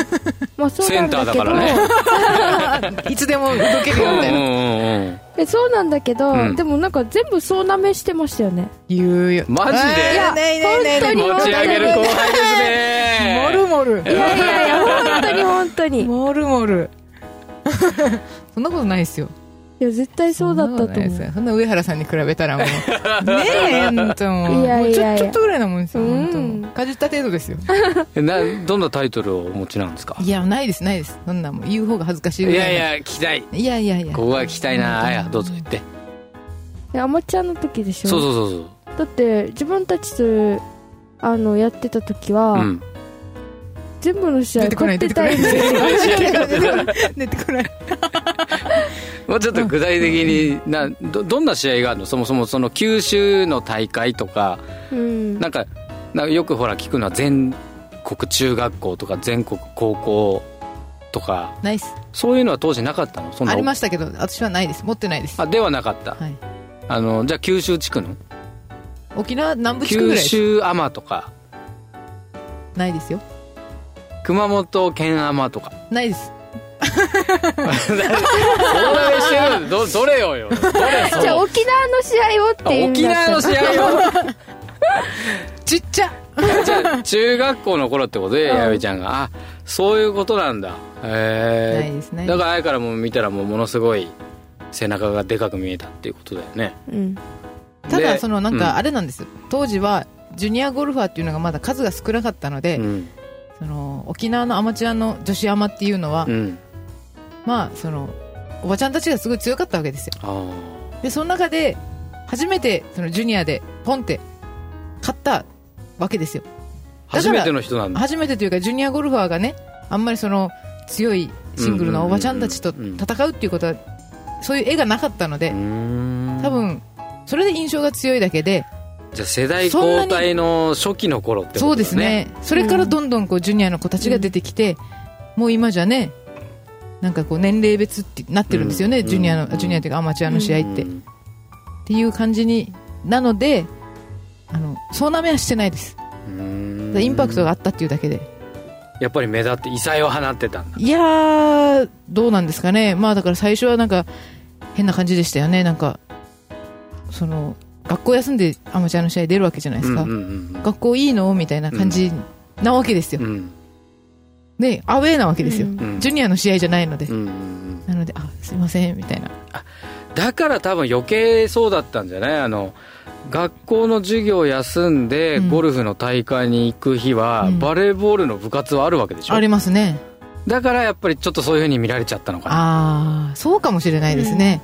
A: まあそうなんだけ
B: センターだから
A: ど、
B: ね
D: いつでも動けるよみたいな
B: うんうんうん
A: えそうなんだけど、
B: うん
A: でもなんか全部そうなめしてましたよね
D: 言うよ
B: マジで
D: あー
B: いや
D: ないないないな
A: 本
D: い
A: 当
B: 持
A: に
B: ち上げる後輩です
D: モ
B: ね
D: ルモル
A: いやいやいや本当に本当にい
D: モルモル そんなことないですよ
A: や絶対そうだった
D: そんなことない
A: 思
D: です
A: う
D: よそんな上原さんに比べたらもう ねえ本当もう
A: いやいやいや
D: もうちょちょっとぐらいなもんですよ本
A: うん
D: 当かじった程度 ですよ
B: えなどんなタイトルをお持ちなんですか
D: いやないですないですそんなもん言う方が恥ずかし
B: い
D: いぐら
B: やい
D: い
B: や聞きたい
D: いやいやいや
B: ここが聞きたいなあやどうぞ言って
A: えアマチュアの時でしょ
B: そうそうそうそう
A: だって自分たちとあのやってた時は、
B: うん
A: 全部の試合
D: 出てこな
A: 勝っ
D: い
A: て
D: 出てこ
A: た
D: ない
A: い
D: 出てこない 出てこない
B: もうちょっと具体的になどどんな試合があるのそもそもその九州の大会とか
A: うん
B: なんかなんかよくほら聞くのは全国中学校とか全国高校とか
D: ないです
B: そういうのは当時なかったのそんな
D: ありましたけど私はないです持ってないです
B: あではなかった、
D: はい
B: あのじゃあ九州地区の
D: 沖縄南部地区
B: 九
D: ぐらいです
B: 州アマとか
D: ないですよ
B: 熊本県アマとか
D: ないです
B: そんなにしてるどどれよよどれ
A: じゃあ
B: そう
A: 沖縄の試合をっていうん
B: 沖
A: だっ
B: 縄
A: た
B: の
A: ら
B: 試合
D: ちっちゃ
B: を じゃあ中学校の頃ってことで
A: うん
B: 弥生ちゃんがあそういうことなんだ
D: な
B: へ
D: いです
B: え
D: ね
B: だからあやからも見たらもうものすごい背中がでかく見えたっていうことだよね
A: うん
D: ただ
B: で
D: そのなん
B: う
D: か
B: ん
D: あれなんですよ当時はジュニアゴルファーっていうのがまだ数が少なかったので、
B: うん
D: その沖縄のアマチュアの女子アマっていうのは、
B: うん
D: まあそのおばちゃんたちがすごい強かったわけですよ
B: あー
D: でその中で初めてそのジュニアでポンって勝ったわけですよだから
B: 初めての人なんだ
D: 初めてというかジュニアゴルファーがねあんまりその強いシングルのおばちゃんたちと
B: うんうんうんうん
D: 戦うっていうことはそういう絵がなかったので
B: うーん
D: 多分それで印象が強いだけで
B: じゃあ世代交代の初期の頃ってことだね
D: そうですねそれからどんどんこうジュニアの子たちが出てきて、もう今じゃねなんかこう年齢別ってなってるんですよね、
B: うん
D: ジュニアの、
B: うん
D: ジュニアというかアマチュアの試合って、
B: う
D: っ
B: ん
D: ていう感じになのであのそうなめはしてないです
B: うーん
D: インパクトがあったっていうだけで
B: やっぱり目立って異彩を放ってたんだ
D: いやーどうなんですかねまあだから最初はなんか変な感じでしたよねなんかその学校休んでアマチュアの試合出るわけじゃないですか、
B: うんうん
D: 学校いいのみたいな感じなわけですよ、
B: うんうん
D: でアウェーなわけですよ、
A: うん
B: うん
D: ジュニアの試合じゃないので、
B: うんうんうん
D: なので、あ、すいません、みたいな。
B: だから多分余計そうだったんじゃないあの学校の授業休んで
D: うん
B: ゴルフの大会に行く日は、
D: うん
B: バレーボールの部活はあるわけでしょ
D: ありますね。
B: だからやっぱりちょっとそういうふうに見られちゃったのかな
D: ああ、そうかもしれないですね。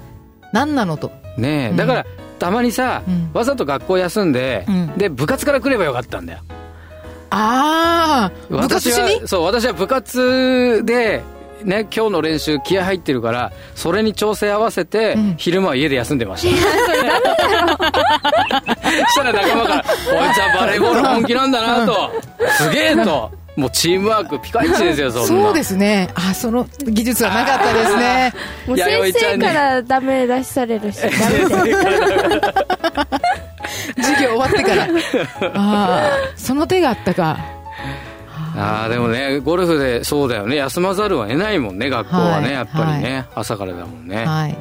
D: 何なのと。
B: ねえ、
D: うん
B: だからたまにさ、
D: うん
B: わざと学校休んで、
D: うん
B: で部活から来ればよかったんだよ
D: ああ、部活
B: 私
D: し
B: は
D: に
B: そう私は部活でね今日の練習気合入ってるからそれに調整合わせて、
D: うん
B: 昼間は家で休んでましたしたら仲間から「こいつはバレーボール本気なんだな」と「すげえ」と「もうチームワークピカイチですよそんな
D: そうですね。あ、その技術はなかったですね。
A: もう
B: 弥
A: 先
B: 生ちゃん
A: 生
B: に
A: からダメ出しされる しダメだよ
D: 授業終わってから。ああ、その手があったか。
B: ああでもねゴルフでそうだよね休まざるを得ないもんね学校はね、
D: はい
B: やっぱりね、朝からだもんね、
D: はい。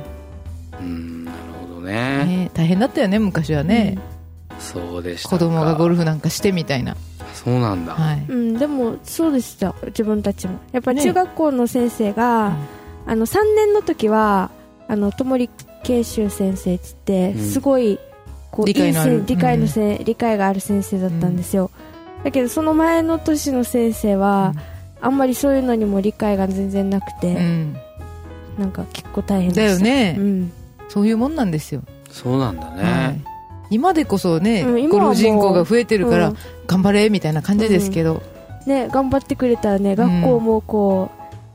B: うんなるほどね
D: ね大変だったよね、昔はね。
B: そうでしたか
D: 子供がゴルフなんかしてみたいな。
B: そうなんだ、
D: はい。
A: うんでもそうでした自分たちもやっぱ
D: ね
A: 中学校の先生が、あの3年の時はあの友利研修先生って言って、
B: うん
A: すごいこう
D: 理解のある
A: いい先理解のせ、理解がある先生だったんですよ、だけどその前の年の先生は、あんまりそういうのにも理解が全然なく
D: う
A: て、
D: ん。
A: なんか結構大変
D: だ
A: で
D: よ
A: した
D: ね
A: う。ん
D: そういうもんなんですよ。
B: そうなんだね、
D: はい今でこそね、
A: うん今はもう
D: ゴルフ人口が増えてるから、
A: うん
D: 頑張れみたいな感じですけど、
A: ね、頑張ってくれたらね、学校もこ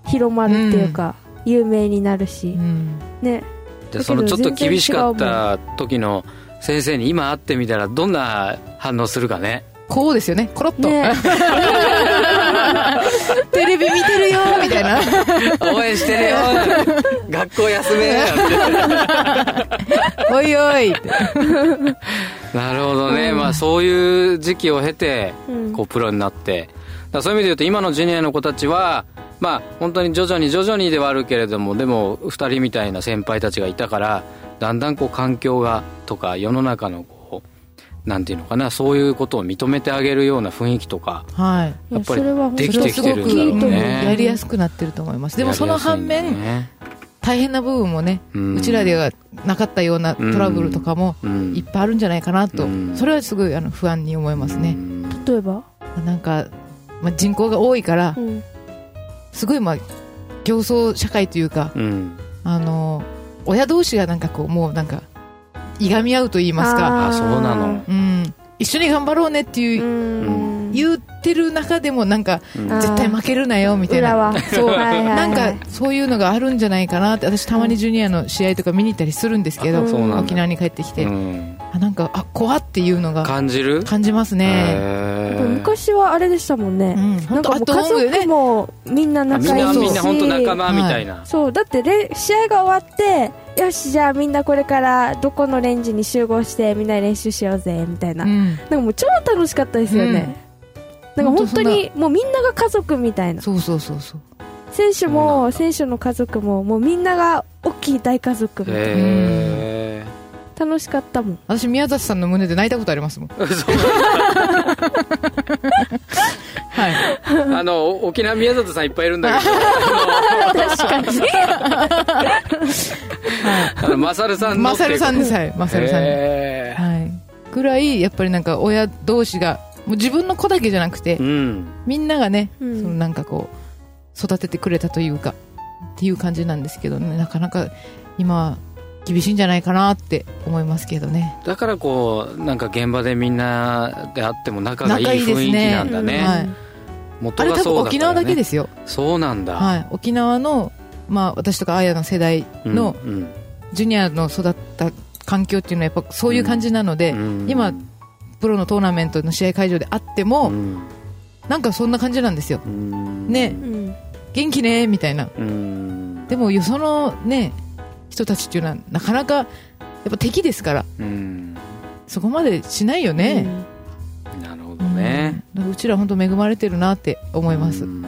A: う、広まるっていうか、有名になる
D: う
A: し、
D: ん
A: ね、
B: じゃあそのちょっと厳しかった時の先生に今会ってみたらどんな反応するか ね
D: こうですよねコロッ と、
A: ね、
D: テレビ見てるよみた いな
B: 応援して るよ学校休め
D: おいおいって
B: なるほどね、まあそういう時期を経て
A: うん
B: こうプロになってだからそういう意味で言うと今のジュニアの子たちはまあ本当に徐々に徐々にではあるけれどもでも2人みたいな先輩たちがいたからだんだんこう環境がとか世の中のこうなんていうのかなそういうことを認めてあげるような雰囲気とか
D: はい
A: いや
B: やっぱり
A: それは本当
B: で
A: に
B: きてきてるんだろう
A: それはすごくいいと思う
B: ね
D: やりやすくなってると思いますでもその反
B: やりやすいんだ
D: 面
B: よね
D: 大変な部分もね
B: うん
D: うちらではなかったようなトラブルとかも
B: うん
D: いっぱいあるんじゃないかなと
B: うん
D: それはすごいあの不安に思いますね
B: うん
A: 例えば、
D: なんかまあ人口が多いから
A: うん
D: すごいまあ競争社会というか
B: うん
D: あの親同士がなんかこうもうなんかいがみ合うと言いますか、
B: あそうなの
D: うん、一緒に頑張ろうねって
A: う
D: いう、
A: ん
D: 言ってる中でもなんか
B: うん
A: あー
D: 絶対負けるなよみたい
A: 裏
D: な
A: はそう
D: なん
A: な
D: かそういうのがあるんじゃないかなって私たまにジュニアの試合とか見に行ったりするんですけど
A: あそうなん
B: だ
D: 沖縄に帰ってきて、
B: うん
D: あなんかあ怖っていうのが
B: 感じる
D: 感じますね、
B: へー
A: 昔はあれでしたもん
D: う
A: ね、
D: ん、
A: な
D: 本
A: んか
D: 当
A: も
D: ア
A: う
D: ッ
A: 家
D: トホームで
A: 族
D: ね
A: もみんな
B: あみん
A: 仲いい
B: な
D: そう
B: みんな本当仲間みたいな、
A: そうだってれ試合が終わってよしじゃあみんなこれからどこのレンジに集合してみんなで練習しようぜみたいな、
D: うん
A: なんかもう超楽しかったですよね、なんか本当にもうみんなが家族みたいな
D: そうそうそうそう
A: 選手
B: そうなん
A: も
B: だ
A: 選手の家族ももうみんなが大きい大家族みたいな
B: へ
A: 楽しかったもん
D: 私宮里さんの胸で泣いたことありますもん
B: え
D: はい
B: あの沖縄宮里さんいっぱいいるんだけど
A: 確かに
B: あのマサルさんの
D: マサルさんですすはいマサルさんに
B: へー
D: はい、ぐらいやっぱりなんか親同士がもう自分の子だけじゃなくて、
B: うん
D: みんながね、
A: うん
D: そのなんかこう育ててくれたというかっていう感じなんですけどねなかなか今は厳しいんじゃないかなって思いますけどね
B: だからこうなんか現場でみんなで会っても仲がいい
D: 仲いいです
B: 雰囲
D: ね
B: 気なんだね
D: うんはいあ
B: 元
D: れ
B: が
D: 多分
B: そうだから、ね、
D: 沖縄だけですよ、
B: そうなんだ、
D: はい、沖縄の、まあ、私とかあやの世代
B: うん
D: の
B: うん
D: ジュニアの育った環境っていうのはやっぱそういう感じなので、
B: うん
D: 今プロのトーナメントの試合会場であっても、
B: うん
D: なんかそんな感じなんですよ
B: うん
D: ね
A: うん
D: 元気ねみたいな
B: うん
D: でもよそのね人たちっていうのはなかなかやっぱ敵ですから
B: うん
D: そこまでしないよね、
B: なるほ
D: う
B: ど
D: ん
B: ね、
D: だからうちら本当恵まれてるなって思います、
B: うん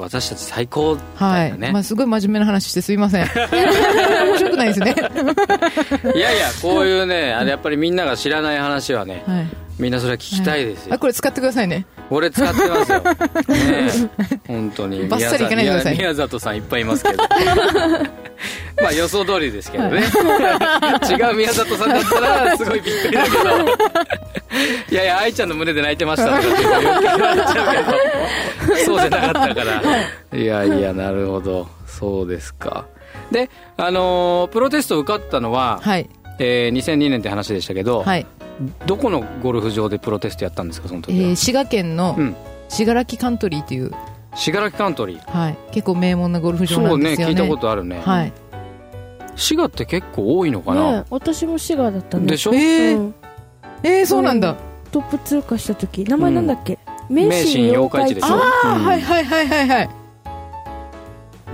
B: 私たち最高み
D: は
B: た
D: い
B: いなね、
D: まあ、すごい真面目な話してすいません面白くないですね、
B: いやいやこういうねあれやっぱりみんなが知らない話はね
D: はい、
B: みんなそれは聞きたいですよ、
D: あこれ使ってくださいね
B: 俺使ってます よ、ねえ、本当に
D: バッサリいかないでください
B: 宮里宮里さんいっぱいいますけ どまあ予想通りですけどね違う宮里さんだったらすごいびっくりだけどいやいや愛ちゃんの胸で泣いてましたとかって言われちゃうけどそうじゃなかったからいやいやなるほどそうですかであのープロテスト受かったのは、
D: はい
B: えー2002年って話でしたけど、
D: はい、
B: どこのゴルフ場でプロテストやったんですかその
D: え
B: 時は、
D: ー滋賀県の
B: うん
D: 信楽カントリーという、
B: 信楽カントリー
D: はい、結構名門なゴルフ場
B: そ
D: な
B: うんね
D: ですよ
B: 聞
D: ね
B: いたことあるね、
D: はい、
B: 滋賀って結構多いのかな、
A: ね私も滋賀だったね
B: でしょ、
D: え
A: う
D: ー
A: ん
D: えーそうなんだ、
A: トップ通過した時名前なんだっけ、名
B: 名神
A: 神
B: 四
A: 四
B: 日
A: 日
B: 市
A: 市
B: でしょ
A: あ
D: ああ、
B: うん
D: はいはいはいはいはい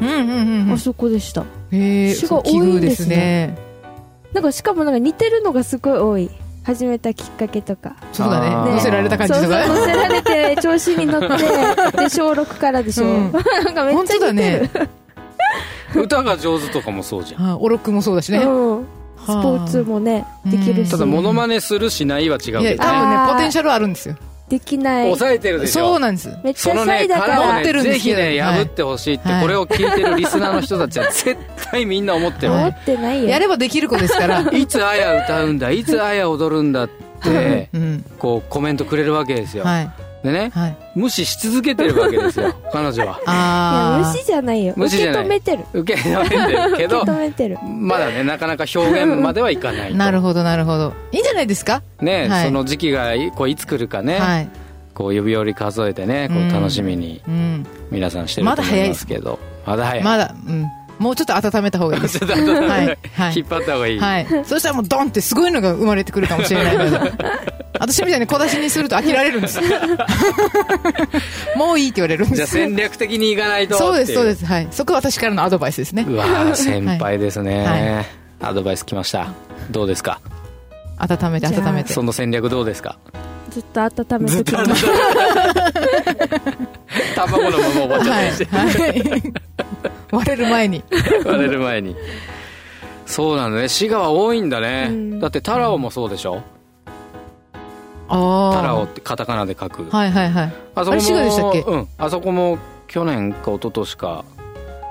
D: うんうんうんうん
A: あそこでした
D: えー、
A: 死が多
D: 奇
A: い
D: 遇
A: ん
D: で
A: ですす
D: ね
A: ねなんかしかもなんか似てるのがすごい多い始めたきっかけとか
D: そうだ
B: あ
D: ね
B: ー
D: 乗せられた感じ
A: そう
D: と
A: そう
D: か
A: 乗せられて調子に乗ってで小6からでしょ、
D: う
A: うんなんか めっ
D: 本
A: ちゃ似てる
D: 当だね
B: 歌が上手とかもそうじゃん
D: はいオロクもそうだしね、
A: うん、スポーツもねできる
D: うん
A: した
B: だモノマネするしないは違うけど
D: い
B: ね
D: や多分
A: あ
D: ね
A: ー
D: ポテンシャルはあるんですよ
A: できない
B: 抑えてるでし
D: そ
B: ょ
D: うなんです
A: めっち
B: そ
A: ゃシ
B: の
A: ャ
B: ね
A: イだか
B: 殻を
A: ら、
D: 持って
B: ね
D: るん
B: ぜ
D: です
B: ひ
D: よ
B: ね破ってほしいって、
D: はい
B: これを聞いてるリスナーの人たち は絶対みんな思ってる、
D: は
A: 思ってないよ
D: やればできる子ですから、
B: い、つあや歌うんだいつあや踊るんだって
D: うん
B: こうコメントくれるわけですよ、
D: はい
B: でね
D: はい
B: 無視し続けてるわけですよ彼女はい
D: あ
A: や
D: あ
A: 無視じゃないよ
B: 無視じゃない
A: 受け止めてる
B: 受け止めてるけ
A: 受
B: ど
A: け止めてる
B: まだねなかなか表現まではいかないと
D: なるほどなるほどいいんじゃないですか
B: ね、
D: はい
B: その時期がいこういつ来るかね、
D: はい
B: こう指折り数えてねこう楽しみに
D: うん、
B: 皆さんしてると思いますけどまだ早い
D: まだ、うん、もうちょっと温めた方がいいです
B: ちょっと後で
D: はいは い
B: 引っ張った方がいい、
D: はい、そしたらもうドンってすごいのが生まれてくるかもしれないので私みたいに小出しにすると飽きられるんですもういいって言われるん
B: じゃ
D: で
B: あ
D: す
B: 戦略的にいかないと
D: そうですそうですすはいそこは私からのアドバイスですね
B: うわー先輩ですね、
D: は
B: アドバイスきましたどうですか
D: 温めて
A: じゃあ
D: 温めて
B: その戦略どうです か
A: ずっと温めてくれま
B: 卵のままおばちゃん
D: はい
B: にして、
D: はい、割れる前に
B: 割れる前にそうなのね滋賀は多いんだね、
A: うん
B: だってタラオもそうでしょ、
D: ああ
B: タラオってカタカナで書く、
D: はいはいはい
B: あそこも
D: あれ滋賀でしたっけ
B: うんあそこも去年か一昨年か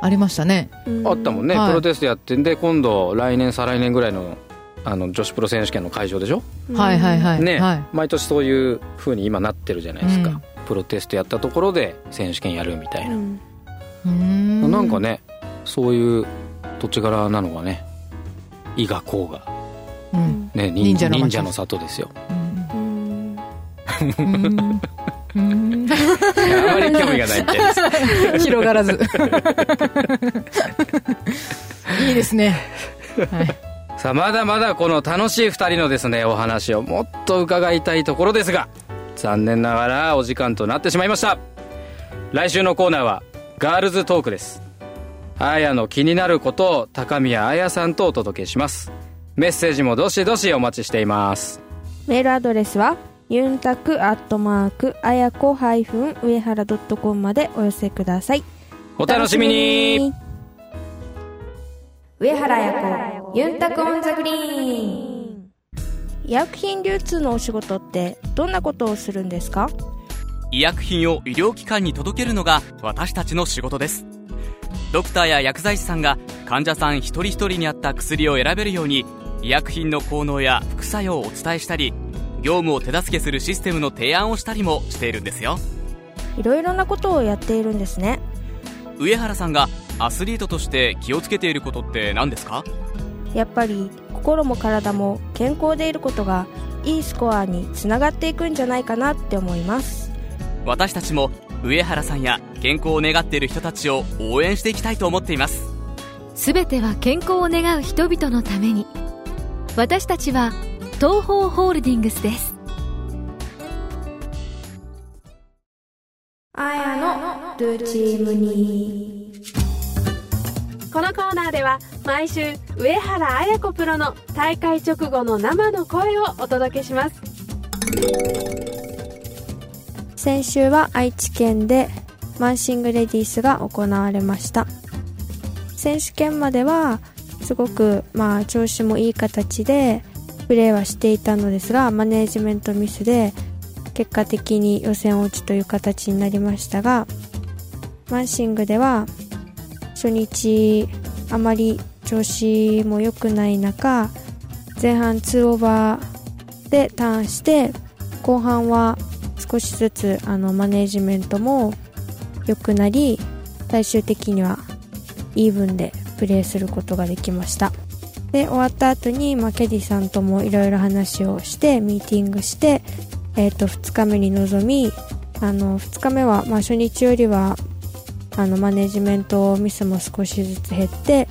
D: ありましたね
A: うん
B: あったもんね、
D: はい
B: プロテストやってんで今度来年再来年ぐらいのあの女子プロ選手権の会場でしょ、
A: うん
D: はいはいはい
B: ね、
D: はい
B: 毎年そういう風に今なってるじゃないですか、
D: うん
B: プロテストやったところで選手権やるみたいな
A: う、ん
D: うーん
B: なんかねそういう土地柄なのがね伊賀甲賀
D: うん
B: ね忍
D: 忍
B: 者
D: 者の町
B: 忍者の里ですよ
D: うん
A: うん
D: うんうん
B: あまり興味がないみたいです
D: 広 がらずいいですねはい
B: さあまだまだこの楽しい2人のですねお話をもっと伺いたいところですが残念ながらお時間となってしまいました来週のコーナーはガールズトークですあやの気になることを高宮あやさんとお届けしますメッセージもどしどしお待ちしています
A: メールアドレスはユンタクアットマークあやこハイフン上原ドットコムまでお寄せください
B: お楽しみに
A: 上原彩子ユンタクオンザグリーン医薬品流通のお仕事ってどんなことをするんですか
E: 医薬品を医療機関に届けるのが私たちの仕事ですドクターや薬剤師さんが患者さん一人一人に合った薬を選べるように医薬品の効能や副作用をお伝えしたり業務を手助けするシステムの提案をしたりもしているんですよ
A: いろいろなことをやっているんですね
E: 上原さんがアスリートとして気をつけていることって何ですか
A: やっぱり心も体も健康でいることがいいスコアにつながっていくんじゃないかなって思います
E: 私たちも上原さんや健康を願っている人たちを応援していきたいと思っています
C: すべては健康を願う人々のために私たちは東方ホールディングスです
F: あやのルーチームにこのコーナーでは毎週上原綾子プロの大会直後の生の声をお届けします
A: 先週は愛知県でマンシングレディースが行われました選手権まではすごくまあ調子もいい形でプレーはしていたのですがマネージメントミスで結果的に予選落ちという形になりましたがマンシングでは初日あまり調子も良くない中前半2オーバーでターンして後半は少しずつあのマネージメントも良くなり最終的にはイーブンでプレーすることができましたで終わった後に、まあ、ケディさんともいろいろ話をしてミーティングして、えー、と2日目に臨みあの2日目は、まあ、初日よりはあのマネージメントミスも少しずつ減って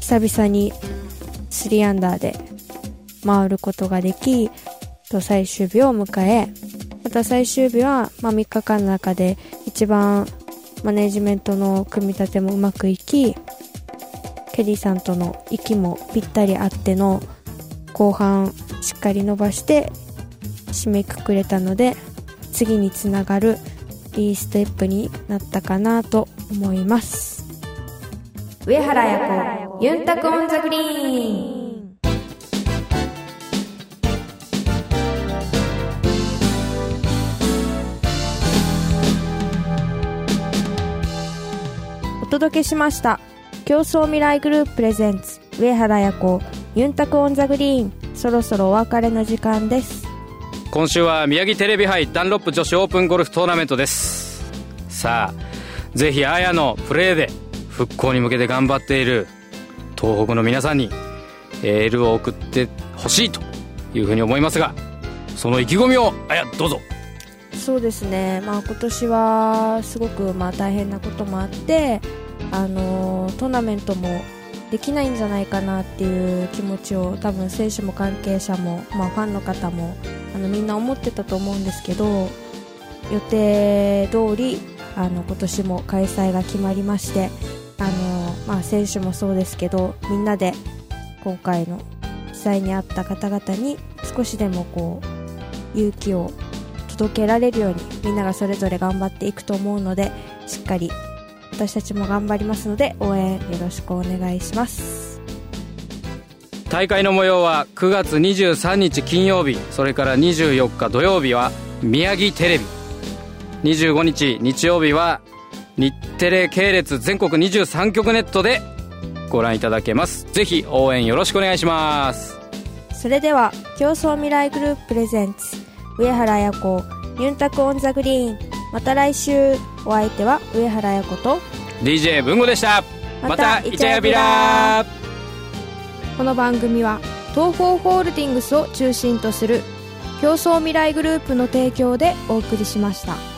A: 久々に3アンダーで回ることができと最終日を迎えまた最終日は、まあ、3日間の中で一番マネジメントの組み立てもうまくいきケリーさんとの息もぴったり合っての後半しっかり伸ばして締めくくれたので次につながるいいステップになったかなと思います上原彩子ユンタクオンザグリーンお届けしました競争未来グループプレゼンツ上原彩子ユンタクオンザグリーンそろそろお別れの時間です
B: 今週は宮城テレビ杯ダンロップ女子オープンゴルフトーナメントですさあぜひ綾のプレーで復興に向けて頑張っている東北の皆さんにエールを送ってほしいというふうに思いますがその意気込みを綾どうぞ
A: そうですね、まあ、今年はすごくまあ大変なこともあって、あのートーナメントもできないんじゃないかなっていう気持ちを多分選手も関係者も、まあ、ファンの方もあのみんな思ってたと思うんですけど予定通りあの今年も開催が決まりまして、あのーまあ、選手もそうですけどみんなで今回の被災に遭った方々に少しでもこう勇気を届けられるようにみんながそれぞれ頑張っていくと思うのでしっかり私たちも頑張りますので応援よろしくお願いします
B: 大会の模様は9月23日金曜日それから24日土曜日は宮城テレビ25日日曜日は日テレ系列全国23局ネットでご覧いただけますぜひ応援よろしくお願いします
A: それでは競争未来グループプレゼンツ上原綾子ニュンタクオンザグリーンまた来週お相手は上原綾子と
B: DJ 文吾でしたま
A: ま
B: た
A: た
B: イ
A: イ
B: チ
A: チ
B: ャ
A: ャ
B: ヤ
A: ヤ
B: ビ
A: ビ
B: ラ
A: ラ
B: ー
A: この番組は東方ホールディングスを中心とする競争未来グループの提供でお送りしました。